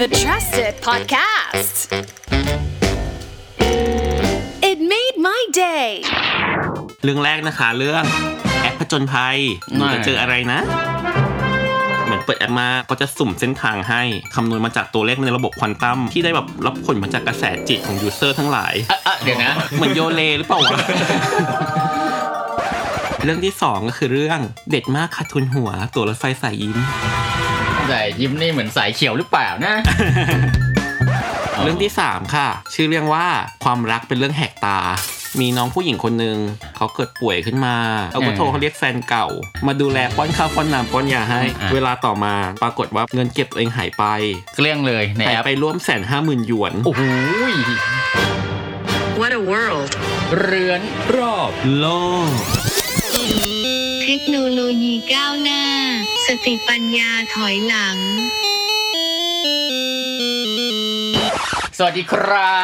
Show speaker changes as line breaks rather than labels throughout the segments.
The Trusted Podcast. It made my day.
เรื่องแรกนะคะ เรื่องแอปผจญภัยหนูจะเจออะไรนะ เหมือนเปิดแอปมาก็จะสุ่มเส้นทางให้คำนวณมาจากตัวเลขในระบบควอนตัมที่ได้แบบรับผลมาจากกระแสจิตของยูเซอร์ทั้งหลาย
อ่ะอ่ะเดี๋ยวนะ
เหมือนโยเลหรือเปล่าวะ เรื่องที่สองก็คือเรื่องเด็ดมากขาดทุนหัว ตัวรถไฟสายยิ้ม
แต่ยิ้มนี่เหมือนสายเขียวหรือเปล่านะ
เรื่องที่สามค่ะ ชื่อเรื่องว่าความรักเป็นเรื่องแหกตา มีน้องผู้หญิงคนหนึ่งเขาเกิดป่วยขึ้นมาเขาก็โทรเขาเรียกแฟนเก่า มาดูแลป้อนข้าวป้อนน้ำป้อนยาให้
อ่า
เวลาต่อมาปรากฏว่าเงินเก็บตัวเองหายไป
เกลี้ยงเลยใน
หาย
แอป
ไปร่วมแสนห้าหมื่นหยวน
โอ้โหย
What a world.
เรือน
รอบโลก
เทคโนโลยีก้าวหน้า สติปัญญาถอยหลัง
สวัสดีครั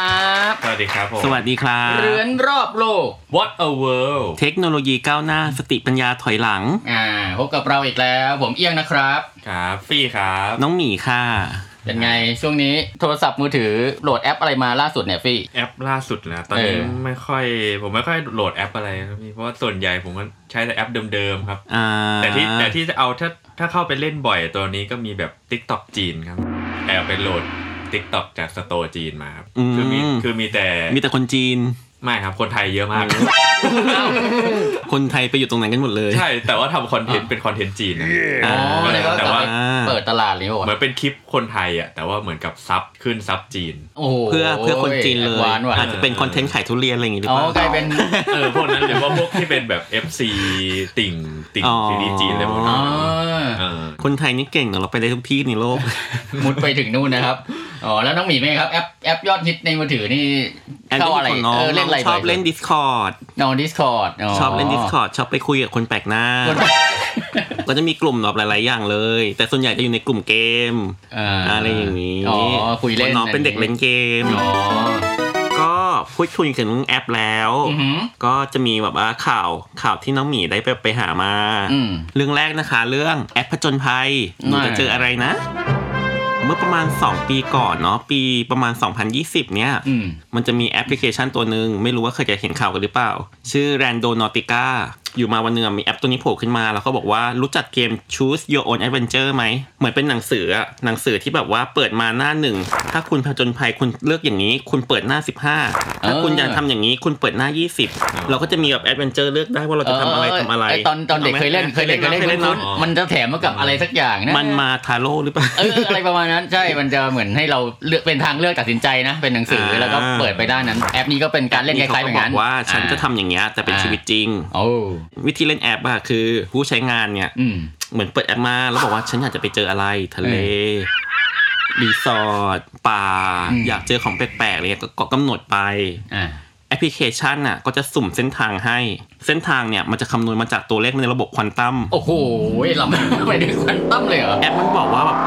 บ
สวัสดีครับผม
สวัสดีครับ
เรือนรอบโลก
What a world
เทคโนโลยีก้าวหน้าสติปัญญาถอยหลัง
อ่าพบกับเราอีกแล้ว ผมเอี้ยงนะครับ
ครับ ฟี่ครับ
น้องหมีค่ะ
เป็นไงช่วงนี้โทรศัพท์มือถือโหลดแอปอะไรมาล่าสุดเนี่ยฟี่
แอปล่าสุดนะ ตอนนี้
เออ
ไม่ค่อย ผมไม่ค่อยโหลดแอปอะไรนะพี่ เพราะว่าส่วนใหญ่ผมก็ใช้แต่แอปเดิมๆครับ
อ่า
แต่ที่แต่ที่จะเอาถ้าถ้าเข้าไปเล่นบ่อยตัวนี้ก็มีแบบ t ิ k t o k จีนครับแอบไปโหลด t ิ k t o k จากสโตร์จีนมาครับ คือมีคือมีแต่
มีแต่คนจีน
ไม่ครับ คนไทยเยอะมาก
คนไทยไปอยู่ตรงไหนกันหมดเลย
ใช่ แต่ว่าทำคอนเทนต์เป็นคอนเทนต์จีนนะ
อ๋อแล้วก็
แต่
กลับ
ว่า
ไปเปิดตลาดเลย
เหมื
ว่ะ
อนเป็นคลิปคนไทยอะแต่ว่าเหมือนกับซับขึ้นซับจีน
โอ้โห
เพื่อเพื่อคนจีนเลย
หวานว่ะ
อาจจะเป็นคอนเทนต์ขายทุเรียนอะไรอย่างงี้หรือ
อ๋อ
เปล่า
กลายเป็น
เออพวกนั้นหรือว่าพวกที่เป็นแบบ FC ติ่งติ่ง
อ๋อ
ซีรีส์จีนอะไรพวกนั้
อ๋
น
อ
เออ
คนไทยนี่เก่งเนอะเราไปได้ทุกที่ในโลก
มุดไปถึงนู่นนะครับ อ๋อ แล้วน้องหมีไหมครับ แอปแอปยอดฮิตในมือถือนี่
แอน
เข้า
ดี้
อะไร
ของน้อง
เออเล่นอะไร
ชอบเล่น Discord
นอนดิสคอร์ด
ชอบเล่น Discord ชอบไปคุยกับคนแปลกหน้า ก็จะมีกลุ่มแบบหลาย ๆ อย่างเลย แต่ส่วนใหญ่จะอยู่ในกลุ่มเกม อะไรอย่าง
นี้
นี้
อ๋อ คุยเล่น
น้องเป็นเด็กเล่นเกม
อ๋อ
ก็พูดคุยถึงแอปแล้ว
อือหือ
ก็จะมีแบบว่าข่าวข่าวที่น้องหมีได้ไปไปหามา
อืม
เรื่องแรกนะคะ เรื่องแอปผจญภัยหนูจะเจออะไรนะ เมื่อประมาณ 2 ปีก่อนเนาะปีประมาณ 2020 เนี่ย
อืม
มันจะมีแอปพลิเคชันตัวหนึ่งไม่รู้ว่าเคยจะเห็นข่าวกันหรือเปล่า ชื่อ Randonautica อยู่มาวันหนึงอะมีแอปตัวนี้โผล่ขึ้นมา แล้วก็บอกว่ารู้จักเกม Choose Your Own Adventure ไหม เหมือนเป็นหนังสืออะหนังสือที่แบบว่าเปิดมาหน้าหนึ่ง ถ้าคุณผจญภัยคุณเลือกอย่างนี้ คุณเปิดหน้า 15 ถ้าคุณอยากทำอย่างนี้คุณเปิดหน้า 20 เราก็จะมีแบบแอดเวนเจอร์เลือกได้ว่าเราจะทำอะไรทำอะไร
เตอนตอนเด็กเคยเล่นเคยเล่นเคยเล่น
เคยเล่นเน
คุ้
อะ
นๆมันจะแถมมากับอะไรสักอย่างนะ
มันมาทาโร่หรือเปล่า
เอออะไรประมาณนั้นใช่ มันจะเหมือนให้เราเลือกเป็นทางเลือกตัดสินใจนะ เป็นหนังสือแล้วก็เปิดไปด้านนั้น แอปนี้ก็เป็นการเล่นคล้ายๆแบบ
เขาก็บ
นั้
อน กว่าฉันจะทำอย่างเงี้ยแต่เป็นชีวิตจริง
โอ้
วิธีเล่นแอปอะคือผู้ใช้งานเนี่ย
อืม
เหมือนเปิดแอปมาแล้วบอกว่าฉันอยากจะไปเจออะไรทะเล
เอ
รีสอร์ทป่า
อืม
อยากเจอของแปลกๆอะไรเงี้ยก็ก็กำหนดไป
อ่า
แอปพลิเคชันน่ะก็จะสุ่มเส้นทางให้ เส้นทางเนี่ยมันจะคำนวณมาจากตัวเลขในระบบควอนตัม
โอ้โหเราไปถึงควันตั้ม เลยเหรอ
แอปมันบอกว่าแบบ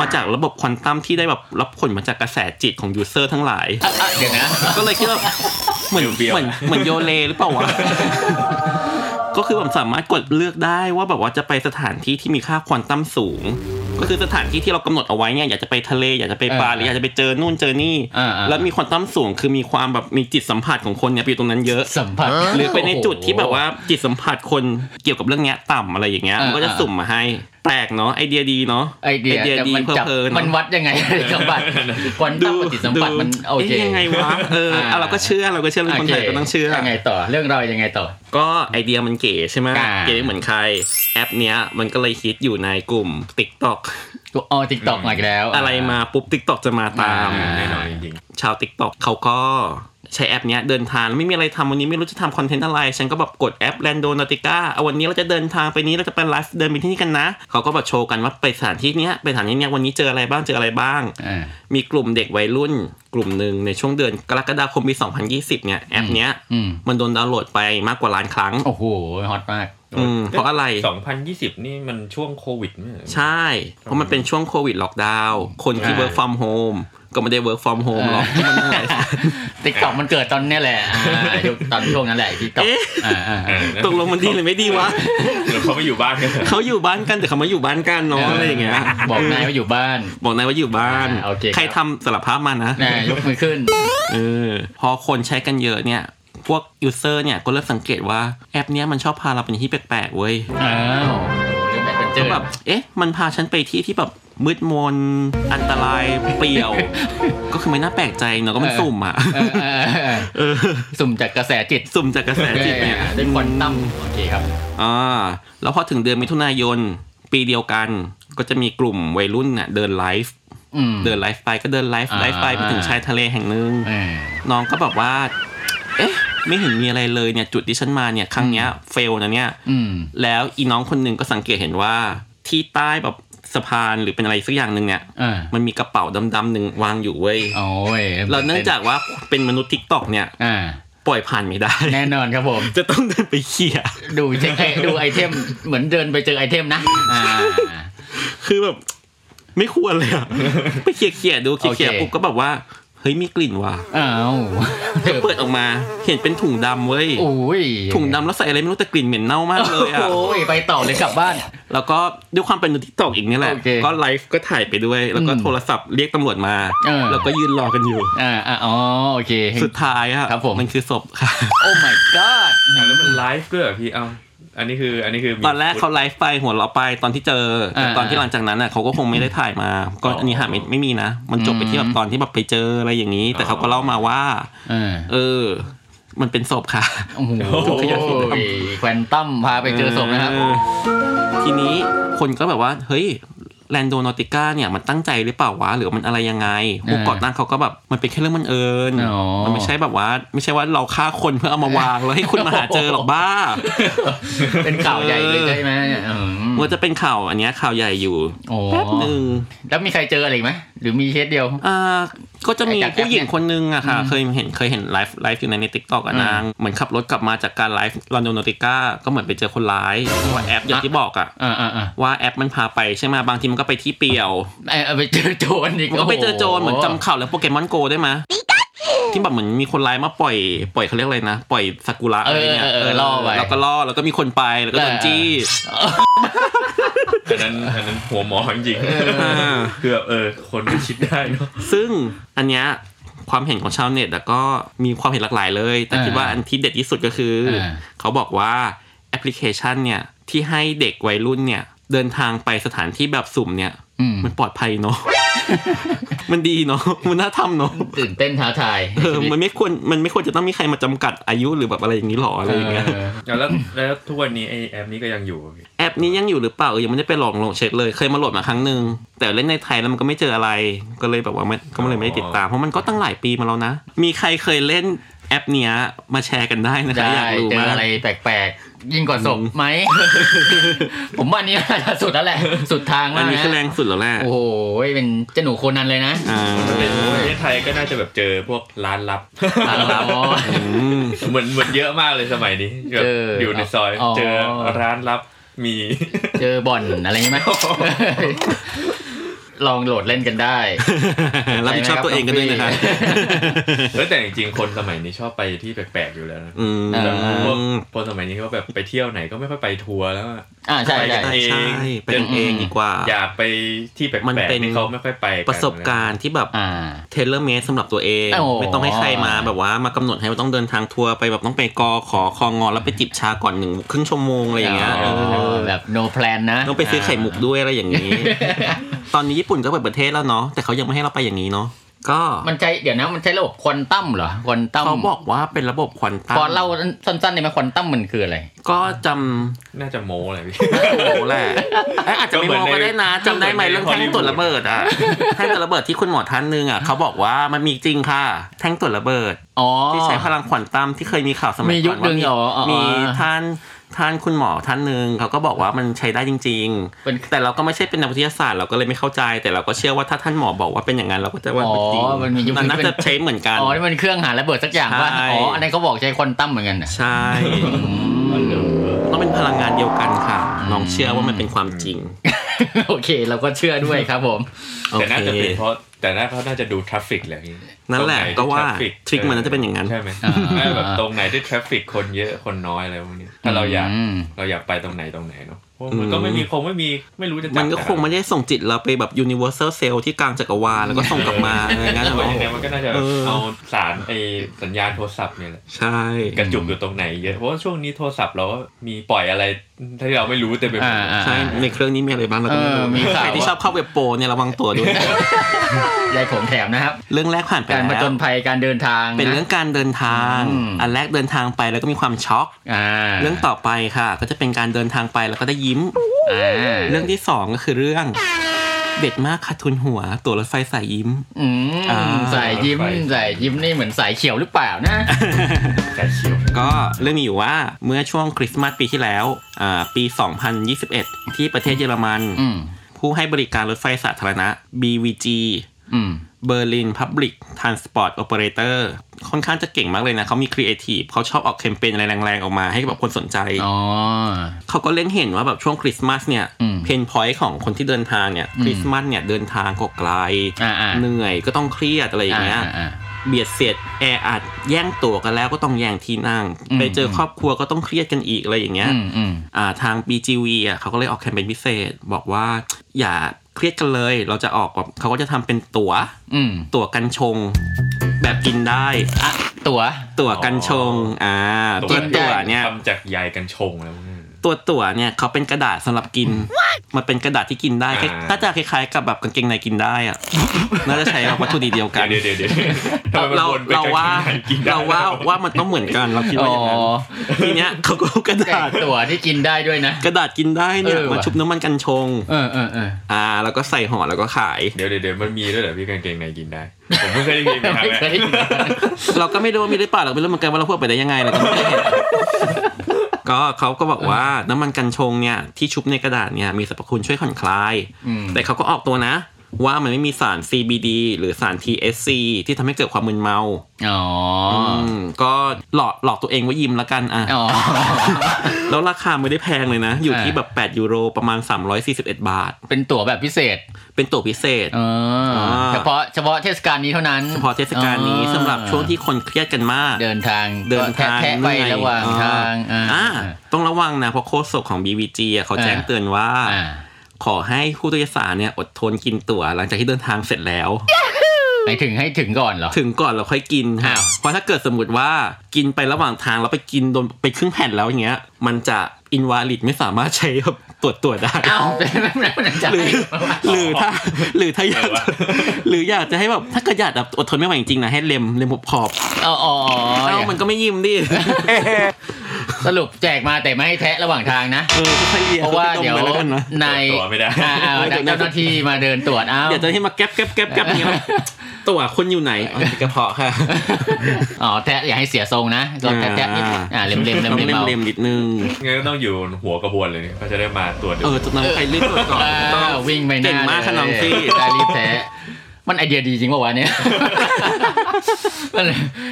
มาจากระบบควอนตัมที่ได้แบบรับผลมาจากกระแสจิตของยูเซอร์ทั้งหลาย
อ่ะอ่ะเดี๋ยวนะ
ก็เลยคิด ว่าเหมือน
เบี้ยวๆ
เหมือนเหมือนโยเลหรือเปล่าวะ ก็คือผมสามารถกดเลือกได้ว่าแบบว่าจะไปสถานที่ที่มีค่าควอนตัมสูง ก็คือสถานที่ที่เรากำหนดเอาไว้เนี่ยอยากจะไปทะเลอยากจะไปปลา
เอ
ห
อ
รืออยากจะไปเจอนู่นเจอนี่
อ่าๆ
แล้วมีควอนตัมสูง คือมีความแบบมีจิตสัมผัสของคนเนี่ยไปอยู่ตรงนั้นเยอะ
สัมผัส
หรือไปในจุดที่แบบว่าจิตสัมผัสคนเกี่ยวกับเรื่องเนี้ยต่ำอะไรอย่างเงี้ย
อ่ามั
มันก็จะ
อ่า
สุ่มมาให้ แปลกเนาะไอเดียดีเนาะ
ไอเดียแต่
ดี
มัน
เพลิ
จับ
เพลิน
มันวัดยัง ไง สัม ผัสควันตั้มปฏิสัมผัสมันโอเค
เอ๊ะยังไงวะเออ
อ่า
เอาเราก็เชื่อเราก็เชื่อเป็นคนไทยก็ต้องเชื่อ
ยังไงต่อเรื่องเราวยังไงต่อ
ก็ไอเดียมันเก๋ใช่ไหม
อ่า
เก๋ไม่เหมือนใครแอปเนี้ยมันก็เลยฮิตอยู่ในกลุ่ม TikTok
กูอ๋อทิกตอกมาอีกแล้ว
อะไรมาปุ๊บ TikTok จะมาตาม
อ่า
แน่นอนจริง
ชาว TikTok เขาก็ใช้แอปเนี้ยเดินทางไม่มีอะไรทำวันนี้ไม่รู้จะทำคอนเทนต์อะไร ฉันก็แบบกดแอป r a n d o n a u t i c a เอาวันนี้เราจะเดินทางไปนี้เราจะไปไลฟ์เดินไปที่นี่กันนะ เขาก็แบบโชว์กันว่าไปสถานที่เนี้ยไปสถานที่เนี้ยวันนี้เจออะไรบ้างเจออะไรบ้าง
อ่า
มีกลุ่มเด็กวัยรุ่น กลุ่มหนึ่งในช่วงเดือนกรกฎาคมปี 2020 เนี่ยแอปเนี้ย
อืม
มันโดนดาวน์โหลดไปมากกว่าล้านครั้ง
โอ้โหฮอตมาก
อืมเพราะอะไร
ๆ 2020 นี่มันช่วงโควิดไหม
ใช่ เพราะมันเป็นช่วงโควิดล็อกดาวน์คนที่
ใช่
work from home ก็ไม่ได้ work from home หรอกที่มัน อะไร
ติ๊กตอกมันเกิดตอนเนี้ยแหละอ่ายุคตอนช่วงนั้นแหละทิกตอก
เอ๊ะ
อ่าอ่า
เออ
ตกลงมันดีหรือไม่ดีวะ
เอ รุปเขาไม่อยู่บ้านกันเหรอ
เขาอยู่บ้านกันแต่เขาไม่อยู่บ้านกันเนาะอะไรอย่างเงี้ย
บอกนายว่าอยู่บ้าน
บอกนายว่าอยู่บ้าน
อ่าโอเคครับ
ใครทำสารภาพมานะ
นายยกมือขึ้น
เออพอคนใช้กันเยอะเนี่ย พวกยูเซอร์เนี่ยก็เริ่มสังเกตว่าแอปเนี้ยมันชอบพาเราไปในที่แปลกๆเว้ย
อ้าวเรื่องแบบเป็นเจ
ก็
อ
แบบเอ๊ะ มันพาฉันไปที่ที่แบบมืดมน อันตรายเปลี่ยว ก็คือไม่น่าแปลกใจเนาะก็มันสุ่มอ่ะ
เออเออเออ
เออ
สุ่มจากกระแสจิต
สุ่มจากกระแสจิตเนี่ย
ด้วยควันตั้มโอเคครับ
อ่าแล้วพอถึงเดือนมิถุนายน ปีเดียวกันก็จะมีกลุ่มวัยรุ่นน่ะเดินไลฟ์
อืม
เดินไลฟ์ไปก็เดินไลฟ์
อ่า
ไลฟ์ไปไปถึงชายทะเลแห่งหนึ่ง
เออ
น้องก็บอกว่า เอ๊ะ ไม่เห็นมีอะไรเลยเนี่ยจุดที่ฉันมาเนี่ยครั้งเนี้ยเฟลนะเนี่ย
อืม
แล้วอีน้องคนหนึ่งก็สังเกตเห็นว่า ที่ใต้แบบสะพานหรือเป็นอะไรสักอย่างหนึ่งเนี่ย
อ่า
มันมีกระเป๋าดำๆหนึ่งวางอยู่เว้ย
โอ้ย
เราเนื่องจากว่าเป็นมนุษย์ทิกตอกเนี่ย
อ่า
ปล่อยผ่านไม่ได้
แน่นอนครับผม
จะต้องเดินไปเคลียร์
ดูเช็คไอดูไอเทม เหมือนเดินไปเจอไอเทมนะ อ่า
คือแบบไม่ควรเลยอะ ไปเขี่ยเขี่ยๆดูเขี่ยเขี่ย
โอเค
ปุ๊บก็แบบว่า เฮ้ยมีกลิ่นว่ะ
อ้าว
ก็เปิดออกมาเห็นเป็นถุงดำเว้ย
โอ้ย
ถุงดำแล้วใส่อะไรไม่รู้แต่กลิ่นเหม็นเน่ามากเลยอะ
โอ้ยไปต่อเลยกลับบ้าน
แล้วก็ด้วยความเป็นทิกตอกอีกนี่แหละ
โอเค
ก็ไลฟ์ก็ถ่ายไปด้วย แล้วก็
อืม
โทรศัพท์เรียกตำรวจมา
เออ
แล้วก็ยืนรอกันอยู่
อ่าอ่าอ๋อโอเค
สุดท้ายอะ
ครับผม
มันคือศพค่ะ
โอ้ my god
อ้าวแล้วมันไลฟ์ด้วยเหรอพี่เอาอันนี้คืออันนี้คือมี
ตอนแรกเขาไลฟ์ไปหัวเราะไปตอนที่เจอแต่
อ่า
ตอนที่หลังจากนั้นน่ะเขาก็คงไม่ได้ถ่ายมา ก็อันนี้หาไม่ไม่มีนะ มันจบไปที่แบบตอนที่แบบไปเจออะไรอย่างนี้ แต่เขาก็เล่ามาว่า
อ่า
เออ มันเป็นศพค่ะ
โอ้โห
ถูกขยะสีด
แควนตั้มพาไปเจอศพนะครับ
เออทีนี้คนก็แบบว่า เฮ้ยแลนโดนอติก้าเนี่ยมันตั้งใจหรือเปล่าวะ หรือมันอะไรยังไงผู้
เออ
ก่อตั้งเขาก็แบบมันเป็นแค่เรื่องบังเอิญ
อ๋อ
มันไม่ใช่แบบว่า ไม่ใช่ว่าเราฆ่าคนเพื่อเอามาวางแล้วให้คุณมาหาเจอหรอก บ้า
เป็นข่าวใหญ่เลยใช่ไหมเนี่ยอืม
ว่าจะเป็นข่าวอันเนี้ยข่าวใหญ่อยู่
โอ้
แป๊บหนึ่ง
แล้วมีใครเจออะไรอีกไหมหรือมีเคสเดียว
อ่าก็จะมี
จากแอป
ผู้หญิง
เนี่ย
คนนึงอะค่ะ เคยเห็นเคยเห็นไลฟ์ไลฟ์อยู่ในในทิกตอกอะนาง เหมือนขับรถกลับมาจากการไลฟ์ลอนดอนโนติก้าก็เหมือนไปเจอคนร้ายเพราะว่าแอปอย่าง
อ่ะ
ที่บอกอะ
อ่าอ่าอ่า
ว่าแอปมันพาไปใช่ไหมบางทีมันก็ไปที่เปลี่ยว
เอ้ยเอาไปเจอโจรอีก
มันก็ไปเจอโจรเหมือนจำ
โโห
ข่าวแล้วโปเกมอนโกได้ไหมยที่แบบเหมือนมีคนร้ายมาปล่อยปล่อยเขาเรียกอะไรนะ ปล่อยซากุระอะไรเนี่ย
เออเออเออล่อไป
แล้วก็ล่อแล้วก็มีคนไปแล้วก็โดนจี้
อันนั้นอันนั้นหัวหมอจริง
า
ๆคือแบบเออ คนไม่คิดได้เนาะ
ซึ่งอันเนี้ยความเห็นของชาวเน็ตอะก็มีความเห็นหลากหลายเลย แต่คิดว่าอันที่เด็ดที่สุดก็คืออา เขาบอกว่าแอปพลิเคชันเนี่ยที่ให้เด็กวัยรุ่นเนี่ยเดินทางไปสถานที่แบบสุ่มเนี่ย
อืม
มันปลอดภัยเนาะ มันดีเนาะมันน่าทำเนาะ
ตื่นเต้นท้าทาย
เออ มันไม่ควรมันไม่ควรจะต้องมีใครมาจำกัดอายุหรือแบบอะไรอย่างนี้หรออะไรอย่างเงี้ย
เออ
แล้วแล้วแล้วทุกวันนี้ไอแอปนี้ก็ยังอยู่พี่
แอปนี้ยังอยู่หรือเปล่าเออยังไม่ได้ไปลองลองเช็คเลยเคยมาโหลดมาครั้งหนึ่งแต่เล่นในไทยแล้วมันก็ไม่เจออะไรก็เลยแบบว่ามันก็เลยไม่ได้ติดตามเพราะมันก็ตั้งหลายปีมาแล้วนะ มีใครเคยเล่นแอปเนี้ยมาแชร์กันได้นะคะ
ได้
อยากรู้
เจอ
มาก
อะไรแปลกๆ ยิ่งกว่าศพไหม ผมว่าอันนี้น่าจะสุดแล้วแหละ สุดทาง
อั
มานก
นี้
นะ
คือแรงสุดแล้วแหละ
โอ้โหเป็นเจ้าหนูโคนันเลยนะ
อ่า
ประเทศไทยก็น่าจะแบบเจอพวกร้านลับ
ตามเรา อ๋อ
อืม
เหมือนเหมือนเยอะมากเลยสมัยนี้แบบ
เจออยู่
ในซอย
อ๋อ
เจอร้านลับมี
เจอบ่อนอะไรอย่างงี้ไหม ลองโหลดเล่นกันได้
รับผิดชอบตัวเองกันด้วยนะคะ
เออแต่จริงๆคนสมัยนี้ชอบไปที่แปลกๆอยู่แล้วนะ
อืม
เอ
แบบพว
อ
กคนสมัยนี้เขาแบบไปเที่ยวไหนก็ไม่ค่อยไปทัวร์แล้วอะ
อ่าใช่ใช่
ไปกันเอ
ใช่
ง
ไปกันเองดีกว่า
อยากไปที่แปล
มัน
ก
เป็น
ๆที่เขาไม่ค่อยไปน
ประสบการณ์ที่แบบ
อ่า
เทเลอร์เมสสำหรับตัวเอง
โอ้
ไม่ต้องให้ใครมาแบบว่ามากำหนดให้ว่าต้องเดินทางทัวร์ไปแบบต้องไปกอขอคองอแล้วไปจิบชาก่อนหนึ่งครึ่งชั่วโมงอะไรอย่างเงี้ย
อ๋อ
เออ
แบบ no plan นะ
ต้องไปซื้อไข่มุกด้วยอะไรอย่างนี้ ตอนนี้ญี่ปุ่นก็เปิดประเทศแล้วเนาะแต่เขายังไม่ให้เราไปอย่างนี้เนาะก็
มันใช้เดี๋ยวนะมันใช้ระบบควอนตัมเหรอควอนตัม
เขาบอกว่าเป็นระบบควอนตัม
พอเล่าสั้นๆได้ไหมควอนตัมมันคืออะไร
ก็จ
น่าจะโม้เลยพี่
ำโอ้แหละเอ้ยอาจจะ
ก็
ไม่
เหมือน
มองก็
ใน
ได้นะจำได้ไหม
ก็เหมือนใน
เรื่องแท่งตรวจระเบิดอ่ะแท่งตรวจระเบิดที่คุณหมอท่านหนึงอ่ะเขาบอกว่ามันมีจริงค่ะ แท่งตรวจระเบิด
อ๋อ
ที่ใช้พลังขวัญตั้มที่เคยมีข่าวสมัย
มียุ
ก่อ
คน หนึ่
ว่าง มี
เหรออ๋อ
มีท่านท่านคุณหมอท่านหนึ่งเขาก็บอกว่ามันใช้ได้จริง
เป็น
ๆ แต่เราก็ไม่ใช่เป็นนักวิทยาศาสตร์เราก็เลยไม่เข้าใจ แต่เราก็เชื่อว่าถ้าท่านหมอบอกว่าเป็นอย่างนั้นเราก็จะว่า
อ๋อ
เป็นจริง
มันมียุค
มัน
ที่
น่า
เป็น
จะใช้เหมือนกัน
อ๋อนี่มันเครื่องหาระเบิดสักอย่างว่า
ใช่
อ๋ออันนั้นเขาบอกใช้ควอนตัมเหมือนกันน่ะ
ใช่ต้องเป็น เป็นพลังงานเดียวกันค่ะ น้องเชื่อว่ามันเป็นความจริง
โอเค เราก็เชื่อด้วยครับผม
โอ
แต่น่า
เค
จะเป็นเพราะแต่น่าเขาน่าจะดูทราฟฟิกแหละพี่
นั่นแหละ
ตรงไที่
ก็ว่า
ทฟิ
ทริคมันน่าจะเป็นอย่างนั้น
ใช่ไหม
อ่า
ไม่แบบตรงไหนที่ทราฟฟิกคนเยอะคนน้อยอะไรพวกนี้ถ้าเราอยาก
อืม
เราอยากไปตรงไหนตรงไหนเนาะเพราะมันก็ไม่มีคงไม่มีไม่รู้จะจับ
มันก็คงไม่ได้ส่งจิตเราไปแบบ universal cell ที่กลางจักรวาลแล้วก็ส่งกลับมาอะไรอย่าง
แต่
นั้นหร
ว่า
อ
อย่างเนี้ยมันก็น่าจะ
เออ
เอาสารไอสัญญาณโทรศัพท์เนี่ยแหละ
ใช่
กระจุกอยู่ตรงไหนเยอะเพราะว่าช่วงนี้โทรศัพท์เราก็มีปล่อยอะไรที่เราไม่รู้เต็มไปหม
อ่า
ด
อ่า
ใช่ในเครื่องนี้มีอะไรบ้างเราก็ไม่
เอ
รู้
อมีข่าว
ใครที่ชอบเข้าเว็บโปรเนี่ยระวังตัว ด้วย
ได้ของแถมนะครับ
เรื่องแรกผ่านไป
การผ
แล้ว
จญภัยการเดินทาง
เป็นเรื่อง
ะ
การเดินทาง
อืม
อันแรกเดินทางไปแล้วก็มีความช็อก
อ่า
เรื่องต่อไปค่ะ ก็จะเป็นการเดินทางไปแล้วก็ได้ยิ้ม
อ่า
เรื่องที่สองก็คือเรื่อง เด็ดมากขาดทุนหัว ตั๋วรถไฟสายยิ้ม
อื
อ่า
มใส่ยิ้ม
ไป
ใส่ยิ้มนี่เหมือนสายเขียวหรือเปล่านะ
แต่เชียว
ก็เรื่องมีอยู่ว่าเมื่อช่วงคริสต์มาสปีที่แล้วอ่าปี 2021 ที่ประเทศเยอรมัน
อืม
ผู้ให้บริการรถไฟสาธารณะ BVG
อืม
Berlin Public Transport Operator ค่อนข้างจะเก่งมากเลยนะ เขามีครีเอทีฟเขาชอบออกแคมเปญอะไรแรงๆ ออกมาให้แบบคนสนใจ
อ๋อ
เขาก็เล็งเห็นว่าแบบช่วงคริสต์มาสเนี่ย
อืม
เพนพอยต์ของคนที่เดินทางเนี่ยคริสต์มาสเนี่ยเดินทางก็ไกล
อ่าๆ
เหนื่อยก็ต้องเครียดอะไรอย่างเงี้ย
อ่า
เบียดเสียดแออัดแย่งตั๋วกันแล้วก็ต้องแย่งที่นั่ง
อืม
ไปเจอครอบครัวก็ต้องเครียดกันอีกอะไรอย่างเงี้ย
อืมอืม
อ่าทาง BGV อ่ะเขาก็เลยออกแคมเปญพิเศษ บอกว่าอย่าเครียดกันเลย เราจะออกแบบเขาก็จะทำเป็นตั๋ว
อืม
ตั๋วกันชง แบบกินได้อะ
ตั๋ว
ตั๋วกันชงอ่าตั
กิ
ว
ได้
ตั๋วเนี่ย
ทำจากใยกันชงแล้วเนี่ย
ตัวตั๋วเนี่ยเขาเป็นกระดาษสำหรับกิน มันเป็นกระดาษที่กินได้
อ่า
ถ้าจะคล้ายๆกับแบบกางเกงในกินได้ อะ น่าจะใช้วัตถุดิบเดียวกัน
เดี๋ยวเดี๋ยวเดี๋ยวทำไมมัน
เรา
วนไป
เราว่า
กันกินได้
เราว่าว่ามันต้องเหมือนกันเราคิดว่าอย่างนั้น
อ๋อ
ทีเนี้ยเขาก็เอากระ
แจ
ดาก ษ
ตั๋วที่กินได้ด้วยนะ
กระดาษกินได้เนี่ย
เออว่ะ
มาชุบน้ำมันกันชง
เออเออเออ
อ่า แล้วก็ใส่ห่อแล้วก็ขาย
เดี๋ยวเดี๋ยวเดี๋ยวมันมีด้วยเหรอพี่กางเกงในกินได้ ผมเพิ่งเคยได้ยินนะครับ
ไม่เคยได้ยิน
เราก็ไม่รู้ว่ามีหรือเปล่าเราไม่รู้เหมือนกันว่าเราพูดไปได้ยังไงเราก็ไม่ได้เห็น ก็เขาก็บอกว่าน้ำมันกันชงเนี่ยที่ชุบในกระดาษเนี่ยมีสรรพคุณช่วยผ่อนคลาย
อืม
แต่เขาก็ออกตัวนะ ว่ามันไม่มีสาร CBD หรือสาร TSC ที่ทำให้เกิดความมึนเมา
อ๋อ
มก็หลอกหลอกตัวเองว่ายิ้มแล้วกันอ่ะ
อ๋อ
แล้วราคาไม่ได้แพงเลยนะ อยู่
อ่า
ที่แบบ 8 ยูโรประมาณ 341 บาท
เป็นตั๋วแบบพิเศษ
เป็นตั๋วพิเศษ
เอออา เฉพาะเฉพาะเทศกาลนี้เท่านั้น
เฉพาะเทศกาลนี้
อ๋อ
สำหรับช่วงที่คนเครียดกันมาก
เดินทาง
เดินทาง
แทะๆไประหว่าง
เหนื่อย
ทาง
อ่า
อ่า
อ่าต้องระวังนะเพราะโค้ดสกของ BVG อ่ะเขาแจ้ง
อ่า
เตือนว่า
อ่า
ขอให้ผู้โดยสารเนี่ยอดทนกินตั๋วหลังจากที่เดินทางเสร็จแล้ว
ไปถึงให้ถึงก่อนเหรอ
ถึงก่อนเราค่อยกินค่ะ
อ้าว
เพราะถ้าเกิดสมมติว่ากินไประหว่างทางแล้วไปกินโดนไปครึ่งแผ่นแล้วอย่างเงี้ย มันจะอินวาลิดไม่สามารถใช้แบบตรวจตรวจ ได้
เอ้าเป็นแบบนั้นจะ
หรือหรือ ถ้าหรือถ้าอยาก
เออวะ
หรืออยากจะให้แบบถ้าเกิดอยากแบบอดทนไม่ไหวจริงๆนะให้เล็มเล็มขอบ
อ๋ออ๋อ
ๆ
อ๋
เอ้า
อ
มันก็ไม่ยิ้ม ดิ
สรุปแจกมาแต่ไม่ให้แทะระหว่างทางนะ
เออค่อยๆเลีย
เพราะว่า
ค่อๆดม
เดี๋ยว
ไปแล้กันนะ
นาย
ตรวจไม่ได้
อ่าอ่า
เออเดี๋ยว
เจ้าหน้าที่มาเดินตรวจเอ้า
เดี๋ยวจะให้มาแก๊บแก๊บแก๊บแก๊บอย่างเงี้ยแบบตัวคนอยู่ไหนอ๋อที่กระเพาะค่ะ
อ๋อแทะอย่าให้เสียทรงนะลองแทะแทะนิดอ่าเล็มเล็มเล็ม
ต้อง
เล็
เล็ม
มเอา
เล็มนิดนึง
งั้นก็ต้องอยู่หัวกระบวนเลยเนี่ยเขาจะได้มาตรวจดู
เออจุดนั้นใครเลือกตัวก่อน
อ่า
ต้อง
วิ่งไปหน้า
เก่งมากค่ะน้องซี่
ได้รีบแท้มันไอเดียดีจริงป่าวะเนี่ย มัน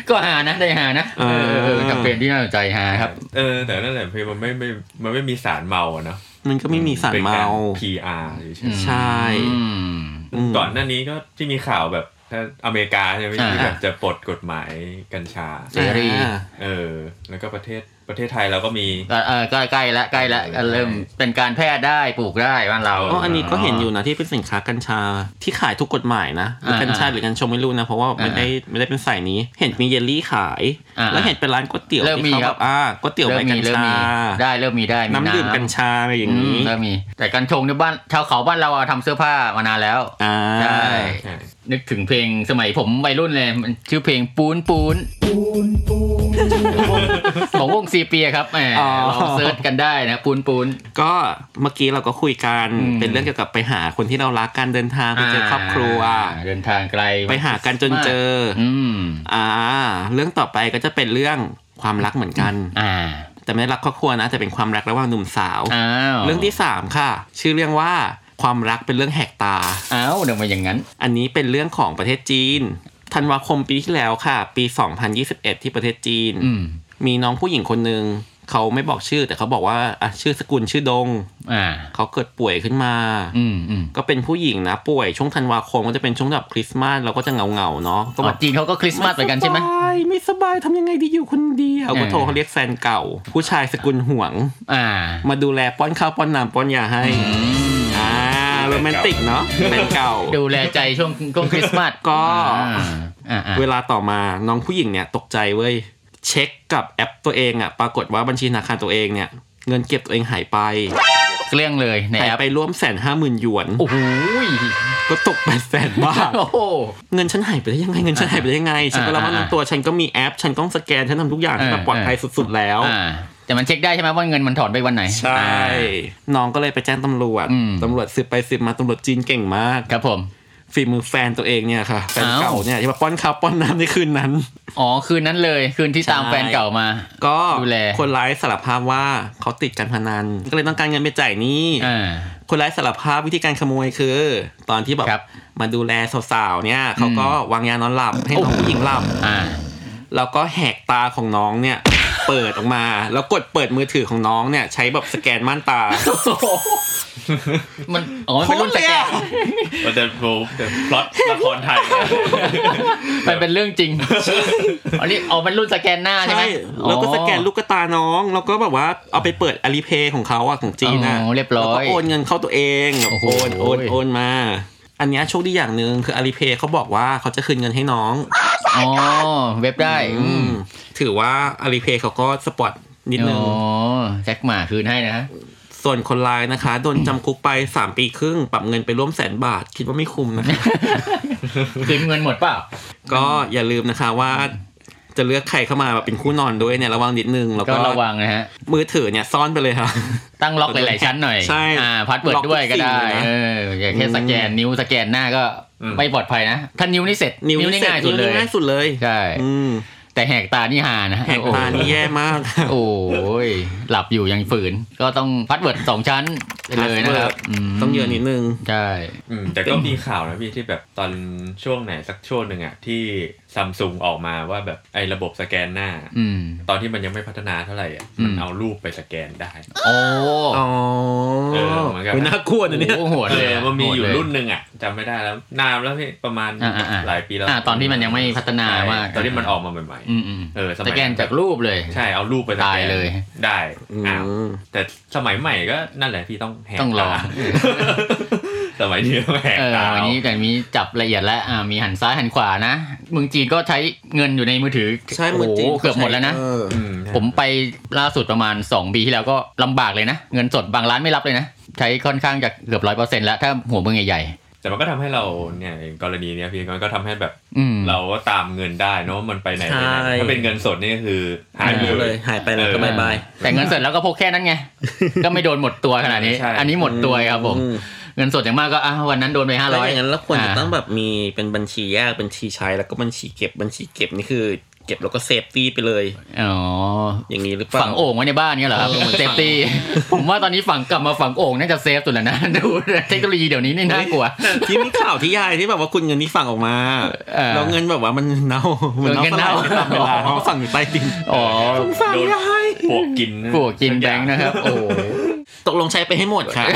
ก็หานะได้หานะเออเออแคมเปญที่น่าสนใจหาครับ
เออแต่นั่นแหละพี่มันไม่ไม่มันไม่มีสารเมาอะเนอะ
มันก็ไม่มีสารเมา
ป็นก PR หรือเฉย
ใช่
อืม
อืม
ๆก่อนหน้านี้ก็ที่มีข่าวแบบถ้าอเมริกาใช่ไหม
อ่า
ที่แบบจะปลดกฎหมายกัญชา
เสรี
อ่า
เออ แล้วก็ประเทศประเทศไทยเราก็มี
ก็เออก็ใกล้ละใกล้ละก็เริ่มเป็นการแพทย์ได้ปลูกได้บ้านเรา
อ๋ออันนี้ก็เห็นอยู่นะที่เป็นสินค้ากัญชาที่ขายทุกกฎหมายนะหรืออากัญชาหรือกัญชงไม่รู้นะ เพราะว่าไม่ได้ไม่ได้เป็นสายนี้ เห็นมีเยลลี่ขาย
อ่า
แล้วเห็นเป็นร้านก๋วยเตี๋ยว
เริ่ม
ที่
มี
เขาแบ
ครับ
บอ่าก๋วยเตี๋ยวใบ
เริ่ม
กั
มี
ญ
เริ่ม
ชา
มีได้เริ่มมีได้
น้ำดื่มกัญชาอะไรอย่าง
อืม
นี้
เริ่มมี แต่กัญชงเนี่ยบ้านชาวเขาบ้านเราอะทำเสื้อผ้ามานานแล้ว
อ่า
ใช่
ใช่
นึกถึงเพลงสมัยผมวัยรุ่นเลยมันชื่อเพลงปูนปูนของวงซีเปียครับแหมลองเซิร์ชกันได้นะปูนปูน
ก็เมื่อกี้เราก็คุยกัน
อืม
เป็นเรื่องเกี่ยวกับไปหาคนที่เรารักการเดินทางไปเจอครอบครัว
อ่าเดินทางไกล
ไปหากันจนเจอ
อืม
อ่า เรื่องต่อไปก็จะเป็นเรื่องความรักเหมือนกัน
อ่า
แต่ไม่ได้รักครอบครัวนะแต่เป็นความรักระหว่างหนุ่มสาว
อ้าว
เรื่องที่สามค่ะ ชื่อเรื่องว่าความรักเป็นเรื่องแหกตา
อ้าวเดี๋ยวมาอย่างนั้น
อันนี้เป็นเรื่องของประเทศจีนธันวาคมปีที่แล้วค่ะ ปี 2021 ที่ประเทศจีน
อืม
มีน้องผู้หญิงคนหนึ่ง เขาไม่บอกชื่อแต่เขาบอกว่าอ่ะชื่อสกุลชื่อดง
อ่า
เขาเกิดป่วยขึ้นมา
อืมอืม
ก็เป็นผู้หญิงนะป่วยช่วงธันวาคมก็จะเป็นช่วงแบบคริสต์มาสเราก็จะเงาเงาๆเนาะก็
อ๋
แบ
อบ จีนเขาก็คริสต์มาสเหมือนกันใช่ไหม
สบายไม่สบายทำยังไงดีอยู่คนเดียว
เออ
ก็โทรเขาเรียกแฟนเก่า ผู้ชายสกุลห่วง
อ่า
มาดูแลป้อนข้าวป้อนน้ำป้อนยาให้อ่าโรแมนติกเนาะแฟนเก่า
ดูแลใจช่วงช่วงคริสต์มาส
ก็
อ่าอ่าอ่า
เวลาต่อมาน้องผู้หญิงเนี่ยตกใจเว้ย เช็คกับแอปตัวเองอะปรากฏว่าบัญชีธนาคารตัวเองเนี่ยเงินเก็บตัวเองหายไป
เกลี้ยงเลยใน
หาย
แอป
ไปร่วมแสนห้าหมื่นหยวน
โอ้โหย
ก็ตกแปดแสนบาท
โอ้โห
เงินฉันหายไปได้ยังไงเงินฉันหายไปได้ยังไงฉันก็ระมัดระวังตัวฉันก็มีแอป ฉันต้องสแกนฉันทำทุกอย่าง
เออ
แบบปลอดภัยสุดๆแล้ว
อ่า แต่มันเช็คได้ใช่ไหมว่าเงินมันถอนไปวันไหน
ใช่
อ่า
น้องก็เลยไปแจ้งตำรวจ
อืม
ตำรวจสืบไปสืบมาตำรวจจีนเก่งมาก
ครับผม
ฝีมือแฟนตัวเองเนี่ยค่ะแฟนเก่า
อ้าว
เนี่ยที่มาป้อนข้าวป้อนน้ำในคืนนั้น
อ๋อคืนนั้นเลยคืนที่ตาม
ใช่
แฟนเก่ามา
ก็
ดูแล
คนร้ายสารภาพว่าเขาติดการพนัน ก็เลยต้องการเงินไปจ่ายหนี้
อ่า
คนร้ายสารภาพวิธีการขโมยคือ ตอนที่แบบ
ครับ
มาดูแลสาวๆเนี่ยเขาก็วางยานอนหลับให้น้องผู้หญิงหลับ
อ่า
แล้วก็แหกตาของน้องเนี่ย เปิดออกมา แล้วกดเปิดมือถือของน้องเนี่ย ใช้แบบสแกนม่านตา
มันอ๋อมันเป็นรุ่นสแกน
มันจะโผล่พล็อตละครไทย
มันเป็นเรื่องจริงอันนี้อ๋อเป็นรุ่นสแกนหน้าใช่ไหม
ใช่แล้วก็สแกนลูกตาน้องแล้วก็แบบว่าเอาไปเปิดอ l ิเพย์ของเขาอะของจีนอะ
อ๋อเรียบร้
แล้ว
อ
ก็
ย
โอนเงินเข้าตัวเองแบบ
โอ้โห
โอนโอนโอนมา อันเนี้ยโชคดีอย่างหนึ่งคืออ l ิเพย์เขาบอกว่าเขาจะคืนเงินให้น้อง
อ๋อเว็บได้อื
อืม
ม
ถือว่าอ l ิเพย์เขาก็สปอร์ตนิดนึง
อ๋อแจ็คหมาคืนให้นะ
ส่วนคนร้ายนะคะโดนจำคุกไป 3 ปีครึ่ง ปรับเงินไปร่วมแสนบาท คิดว่าไม่คุ้ม นะคะ
คืนเงินหมดเปล่า
ก็อย่าลืมนะคะว่าจะเลือกใครเข้ามาแบบเป็นคู่นอนด้วยเนี่ยระวังนิดนึงแล้ว
ก็
ก็
ระวังนะฮะ
มือถือเนี่ยซ่อนไปเลยค่ะ
ตั้งล็อกหลายๆชั้นหน่อย
ใช่
อ่าพาสเวิร์
ล็อ
ด
กทุก
ด้วยก็ได้
สิ่งเลยนะ
เอออย่าแค่
อืม
สแกนนิ้วสแกนหน้าก็
อืม
ไม่ปลอดภัยนะ ถ้านิ้วนี่เสร็จ
นิ้วนี่
นี่
เสร็จ
ง่ายสุด
นิ้ว
เล
นี่
ย
ง่ายสุดเลย
ใช่
อืม
แต่แหกตานี่หานะ
แหกตานี่แย่มาก
โอ้ยหลับอยู่ยังฝืน ก็ต้องพาสเวิร์ดสองชั้นไปเลยนะครับม
ต้องเยอะนิดนึง
ใช่
อืมแต่ก็มีข่าวนะพี่ที่แบบตอนช่วงไหนสักช่วงหนึ่งอะที่ซัมซุงออกมาว่าแบบไอ้ระบบสแกนหน้า
อืม
ตอนที่มันยังไม่พัฒนาเท่าไหร่อะมัน
อืม
เอารูปไปสแกนได้
โอ้
อ๋อ
เออเหมือนกัน
น่ากลัวนะเนี่ย
โอ้โหโหด
เอ
เลย
อมันมีอยู่
โหดเลย
รุ่นหนึ่งอ่ะจำไม่ได้แล้วนานแล้วพี่ประมาณ
อ่าๆๆ
หลายปีแล้ว
อ่าตอนที่มันยังไม่พัฒนามาก
ใช่ตอนที่มันออกมาใหม่
อืมอืม
ๆเออส
ส
มัย
แกนจากรูปเลย
ใช่เอารูปไปสแกน
ตายเลย
ได้
อืม
อ้าวแต่สมัยใหม่ก็นั่นแหละพี่ต้องแหก
ต้องลอง
า สมัยนี้ต้องแหก
เออ
ตา
วันนี้แต่มีจับละเอียดแล้วอ่ามีหันซ้ายหันขวานะเมืองจีนก็ใช้เงินอยู่ในมือถือ
ใช่มือจริง
โโเกือบหมดแล้วนะ
เออ
อืม
ผมไปล่าสุดประมาณ 2 ปีที่แล้วก็ลำบากเลยนะ เงินสดบางร้านไม่รับเลยนะ ใช้ค่อนข้างจะเกือบร้อยเปอร์เซ็นต์แล้ว ถ้าหัวเมืองใหญ่
แต่มันก็ทำให้เราเนี่ยอย่างกรณีเนี้ยพี่มันก็ทำให้แบบ
ๆอืม
เราก็ตามเงินได้เนอะมันไปไหนไปไหน
ใช่
ถ้าเป็นเงินสดนี่ก็คือหาย
หาย
ไป
ไปเล
เลย ย
หายไปแล้ว
เออ
ก็บายบาย
แต่เงินสดแล้วก็พกแค่ นั้นไง ก็ไม่โดนหมดตัวขนาดนี้
ใช่
อันนี้หมดตัวครับผม
อืม
เงินสดอย่างมากก็อ่ะวันนั้นโดนไปห้า
แล้
ร้
ว
อย
อย่างนั้นเราควรจะต้องแบบมีเป็นบัญชีแยกบัญชีใช้แล้วก็บัญชีเก็บบัญชีเก็บนี่คือ เก็บแล้วก็เซฟตี้ไปเลย
อ๋อ
อย่างนี้หรือเปล่า
ฝังโอ่งไว้ในบ้านเงี้ยเหรอครับ
เออมันฝัง
เซฟตี้ ผมว่าตอนนี้ฝังกลับมาฝังโอ่งน่าจะเซฟสุดแล้วนะ ดูเทคโนโลยีเดี๋ยวนี้นี่น่ากลัว
ที่มีข่าวที่ยายที่แบบว่าคุณเงินที่ฝังออกมา
เออ
แล้วเงินแบบว่ามันเน่ามัน
เงินเน่า
สลยตามเวลาเขาก็ฝังอยู่ใต้ดิน
อ๋อ
ฝัง
โดน
ยาย
ปวกกิน
ผัวกินแบงค์นะครับ โอ้
ตกลงใช้ไปให้หมดค่ะ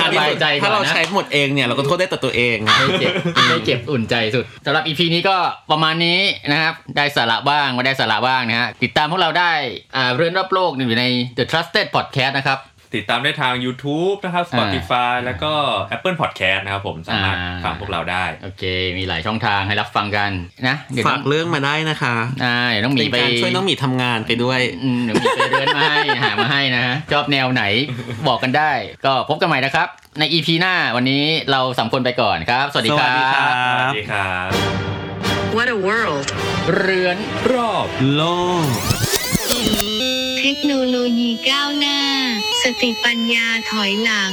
สบายใจก่อนนะ
ถ้าเราใช้หมดเองเนี่ยเราก็โทษได้แต่ตัวเอง
ไม่เจ็บไม่เจ็บอุ่นใจสุดสำหรับอีพีนี้ก็ประมาณนี้นะครับ ได้สาระบ้างไม่ได้สาระบ้างนะฮะติดตามพวกเราได้อ่าเรื่องรอบโลกอยู่ใน The Trusted Podcast นะครับ
ติดตามได้ทาง YouTube นะครับ Spotify แล้วก็ Apple Podcast นะครับผมสามารถ
อ่า
ฟังพวกเราได้
โอเค มีหลายช่องทางให้รับฟังกันนะเดี๋ยวต้
ฝา
อง
กเรื่องมาได้นะคะ
อ่าเดี๋ยวต้องหมี
เป็น
ไป
การช่วยน้องหมีทำงานไปด้วย
อืมเดี๋ยวมีไปเดินมาให้ หามาให้นะฮะชอบแนวไหนบอกกันได้ ก็พบกันใหม่นะครับ ในอีพีหน้าวันนี้เราสามคนไปก่อนครับ สวัสดีค
สวัสดีครั
รับ บ
สวัสดีครับ
What a world.
เรือน
รอบ
โลก
เทคโนโลยีก้าวหน้า สติปัญญาถอยหลัง